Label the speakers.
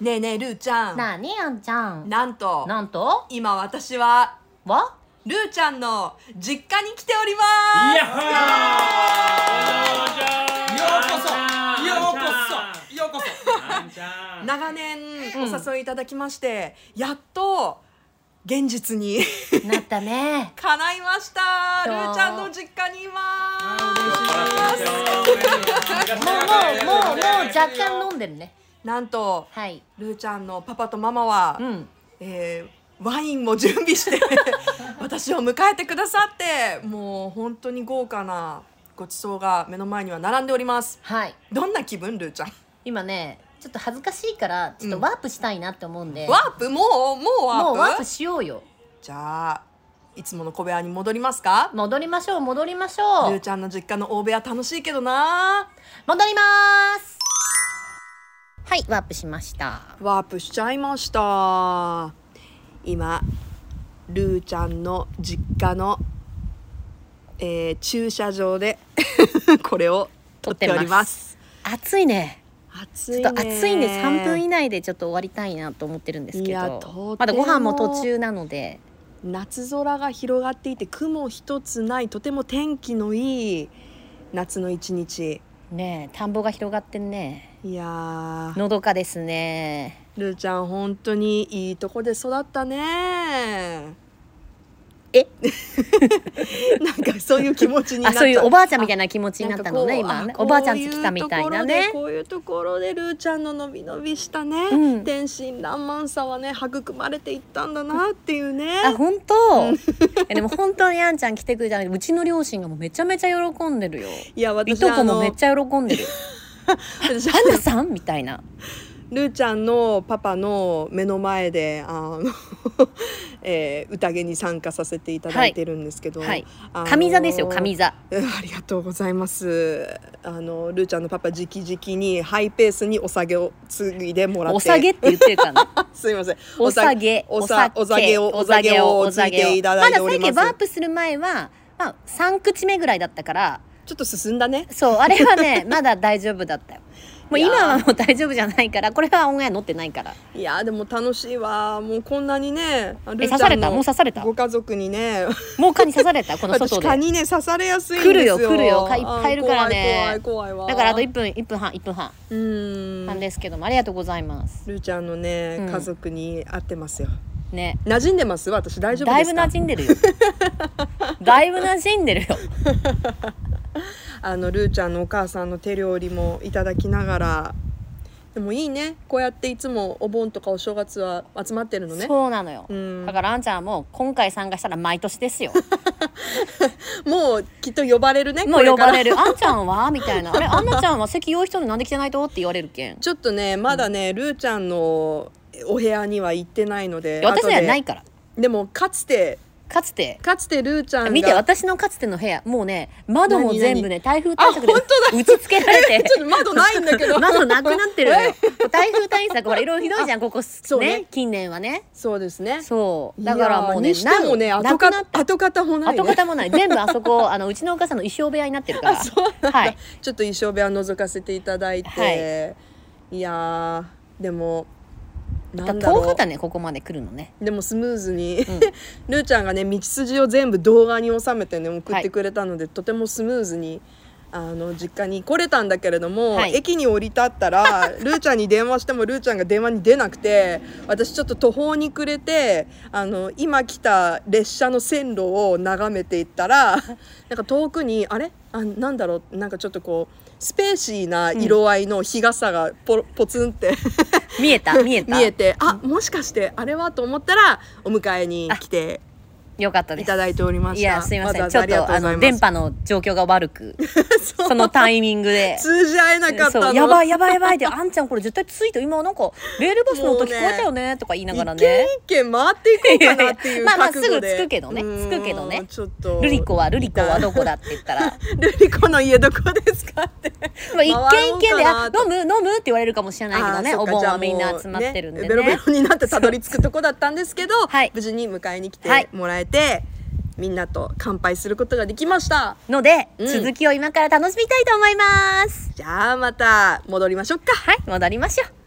Speaker 1: ねえねえルーちゃん
Speaker 2: なあにあんちゃん
Speaker 1: なんと
Speaker 2: なんと
Speaker 1: 今私は
Speaker 2: は
Speaker 1: ルーちゃんの実家に来ておりま
Speaker 3: い
Speaker 1: す
Speaker 3: やっほー
Speaker 4: ようこそようこそようこそ
Speaker 1: 長年お誘いいただきまして、やっと現実に
Speaker 2: なったね
Speaker 1: 叶いましたル
Speaker 2: どう
Speaker 1: ーちゃんの実家にいます
Speaker 2: もうもうもうもう若干飲んでるね
Speaker 1: なんと
Speaker 2: はい
Speaker 1: ルーちゃんのパパとママは、
Speaker 2: うん
Speaker 1: えーワインも準備して 私を迎えてくださってもう本当に豪華なごちそうが目の前には並んでおります
Speaker 2: はい
Speaker 1: どんな気分ルーちゃん
Speaker 2: 今ねちょっと恥ずかしいからちょっとワープしたいなって思うんで、
Speaker 1: ワープもうもうワープ
Speaker 2: もうワープしようよ
Speaker 1: じゃあいつもの小部屋に戻りますか
Speaker 2: 戻りましょう戻りまし
Speaker 1: ル
Speaker 2: ょ
Speaker 1: ー
Speaker 2: う
Speaker 1: ちゃんの実家の大部屋楽しいけどな
Speaker 2: 戻りますはいワープしました
Speaker 1: ワープしちゃいました今ルーちゃんの実家の、えー駐車場で これを撮っております
Speaker 2: 暑いね
Speaker 1: 暑
Speaker 2: ちょ
Speaker 1: い
Speaker 2: っ
Speaker 1: ね
Speaker 2: と暑いんで3分以内でちょっと終わりたいなと思ってるんですけ
Speaker 1: いやとて
Speaker 2: ど
Speaker 1: も
Speaker 2: まだご飯も途中なので
Speaker 1: 夏空が広がっていて雲一つないとても天気のいい夏の一日
Speaker 2: ねえ田んぼが広がってんね
Speaker 1: いやー
Speaker 2: のどかですね
Speaker 1: ルーちゃん本当にいいとこで育ったね
Speaker 2: え
Speaker 1: なんかそういう気持ちにな
Speaker 2: あ
Speaker 1: っちゃ
Speaker 2: そういうおばあちゃんみたい
Speaker 1: な
Speaker 2: な気持ちになったのね
Speaker 1: んかこう
Speaker 2: 今ね
Speaker 1: あ
Speaker 2: おばあちゃんち来たみたいなね
Speaker 1: こういうところでこういうところでルーちゃんの伸び伸びしたね、
Speaker 2: うん
Speaker 1: 天真爛漫さはね育まれていったんだなっていうね
Speaker 2: あ本当、い やでも本当にあんちゃん来てくれたのにうちの両親がもうめちゃめちゃ喜んでるよ
Speaker 1: いや
Speaker 2: い
Speaker 1: 私
Speaker 2: とこもめっ
Speaker 1: め
Speaker 2: ちゃ喜んで る
Speaker 1: 私あ
Speaker 2: アンナ
Speaker 1: の
Speaker 2: さんみたいな
Speaker 1: ルーちゃんのパパの目の前であの、 えー、宴に参加させていただいてるんですけど、
Speaker 2: はい
Speaker 1: あの
Speaker 2: 神座ですよ神座
Speaker 1: うんありがとうございます。あのルーちゃんのパパ直々にハイペースにお下げを継いでもらって、
Speaker 2: お下げって言ってるからね
Speaker 1: すいません。
Speaker 2: お下げ、
Speaker 1: おさお下げをお下げをついていただいております。
Speaker 2: まださっきワープする前は、まあ、3口目ぐらいだったから、
Speaker 1: ちょっと進んだね。
Speaker 2: そう、あれはね、 まだ大丈夫だったよ。もう
Speaker 1: いやー
Speaker 2: 今はもう大丈夫じゃないから、これはオンエア載ってないから。
Speaker 1: いやーでも楽しいわ。もうこんなにね、ル
Speaker 2: え、
Speaker 1: ー
Speaker 2: 刺
Speaker 1: ちゃ
Speaker 2: され
Speaker 1: ん
Speaker 2: たもう
Speaker 1: の
Speaker 2: 刺された
Speaker 1: ご家族にね、
Speaker 2: もう蚊に刺さ れたこの
Speaker 1: 私
Speaker 2: 外
Speaker 1: 蚊
Speaker 2: で。だ
Speaker 1: にね刺されやすいんですよ。
Speaker 2: 来るよ来るよ蚊いっぱいいるからね
Speaker 1: あー怖い怖い怖いわ。
Speaker 2: からあと1分、1分半、1分半
Speaker 1: うーん。
Speaker 2: なんですけども、ありがとうございます。
Speaker 1: ルーちゃんのね、
Speaker 2: うん
Speaker 1: 家族に会ってますよ。
Speaker 2: ね。
Speaker 1: 馴染んでます？私大丈夫
Speaker 2: だ
Speaker 1: で
Speaker 2: い
Speaker 1: す
Speaker 2: ぶ
Speaker 1: か？
Speaker 2: 馴染んでるよ。 だいぶ馴染んでるよ。
Speaker 1: あのルーちゃんのお母さんの手料理もいただきながらでもいいねこうやっていつもお盆とかお正月は集まってるのね
Speaker 2: そうなのよ。
Speaker 1: うん
Speaker 2: だからあんちゃんはもう今回参加したら毎年で すよ。
Speaker 1: もうきっと呼ばれるね
Speaker 2: もう呼ばれ
Speaker 1: る
Speaker 2: る「あんちゃんは?」みたいな「あれあんなちゃんは席用意しとんのになんで来てないと?」って言われるけん
Speaker 1: ちょっとねまだね、ルーちゃんのお部屋には行ってないので
Speaker 2: 私にはない
Speaker 1: 後
Speaker 2: から
Speaker 1: ででもかつて
Speaker 2: かつて
Speaker 1: かつてルーちゃんが
Speaker 2: 見て私のかつての部屋もうね窓も全部ね台風対策で
Speaker 1: あ本当だ
Speaker 2: 打ち付けられて
Speaker 1: ちょっと窓ないんだけど
Speaker 2: 窓 なくなってるのよもう台風対策ほらいろいろひどいじゃんここ
Speaker 1: そうね
Speaker 2: ね近年はね
Speaker 1: そうですね
Speaker 2: そうだからもう
Speaker 1: い
Speaker 2: ね
Speaker 1: やーにしてもね
Speaker 2: な
Speaker 1: 跡
Speaker 2: なくなっ
Speaker 1: 形跡形もない、ね、
Speaker 2: 跡形もない全部あそこ あのうちのお母さんの衣装部屋になってるからはい
Speaker 1: ちょっと衣装部屋覗かせていただいて、い、やーでも
Speaker 2: だ
Speaker 1: な
Speaker 2: か
Speaker 1: ん
Speaker 2: ら
Speaker 1: だろ
Speaker 2: 遠
Speaker 1: う
Speaker 2: かったねここまで来るのね
Speaker 1: でもスムーズに、 ルーちゃんがね道筋を全部動画に収めてね送ってくれたので、とてもスムーズにあの実家に来れたんだけれども、
Speaker 2: はい
Speaker 1: 駅に降り立った らルーちゃんに電話してもルーちゃんが電話に出なくて私ちょっと途方に暮れてあの今来た列車の線路を眺めていった らなんか遠くにあれあなんだろうなんかちょっとこうスペーシーな色合いの日傘がポ,、ポツンって。
Speaker 2: 見 えた 見えた
Speaker 1: 見えてあもしかしてあれはと思ったらお迎えに来て
Speaker 2: よかったで
Speaker 1: い
Speaker 2: す
Speaker 1: ただいておりました
Speaker 2: いやすいません
Speaker 1: わ
Speaker 2: ち
Speaker 1: ざ
Speaker 2: ょ
Speaker 1: わ
Speaker 2: っ
Speaker 1: ざ
Speaker 2: とあの
Speaker 1: りがとう
Speaker 2: 電
Speaker 1: ござい
Speaker 2: 波の状況が悪 く
Speaker 1: ます
Speaker 2: そのタイミングで
Speaker 1: 通じ合えなかった
Speaker 2: そ
Speaker 1: の
Speaker 2: うやばいやばいやばいって あんちゃんこれ絶対ついて今なんかレールバスの音聞こえたよねとか言いながら
Speaker 1: 一
Speaker 2: ね
Speaker 1: 軒一軒回っていこうかなっていう
Speaker 2: いやいや まあ
Speaker 1: 覚悟で
Speaker 2: まあすぐ着くけどね
Speaker 1: うーん
Speaker 2: 着くけどね
Speaker 1: ちょっと
Speaker 2: ルリコはルリコはどこだって言っ たら
Speaker 1: ルリコの家どこですかって
Speaker 2: まあ一軒一軒
Speaker 1: 回ろう
Speaker 2: で「あ
Speaker 1: かなと
Speaker 2: 飲む飲む?」って言われるかもしれないけどね
Speaker 1: あーそ
Speaker 2: お
Speaker 1: っか
Speaker 2: 盆
Speaker 1: じゃあ
Speaker 2: は
Speaker 1: もう
Speaker 2: みんな集まってるんで
Speaker 1: ベロベ
Speaker 2: ね
Speaker 1: ロになってたどり着くとこだったんですけど、
Speaker 2: はい
Speaker 1: 無事に迎えに来て
Speaker 2: はい
Speaker 1: もらえて、みんなと乾杯することができました
Speaker 2: ので、
Speaker 1: うん
Speaker 2: 続きを今から楽しみたいと思います
Speaker 1: じゃあまた戻りましょうか
Speaker 2: はい戻りましょう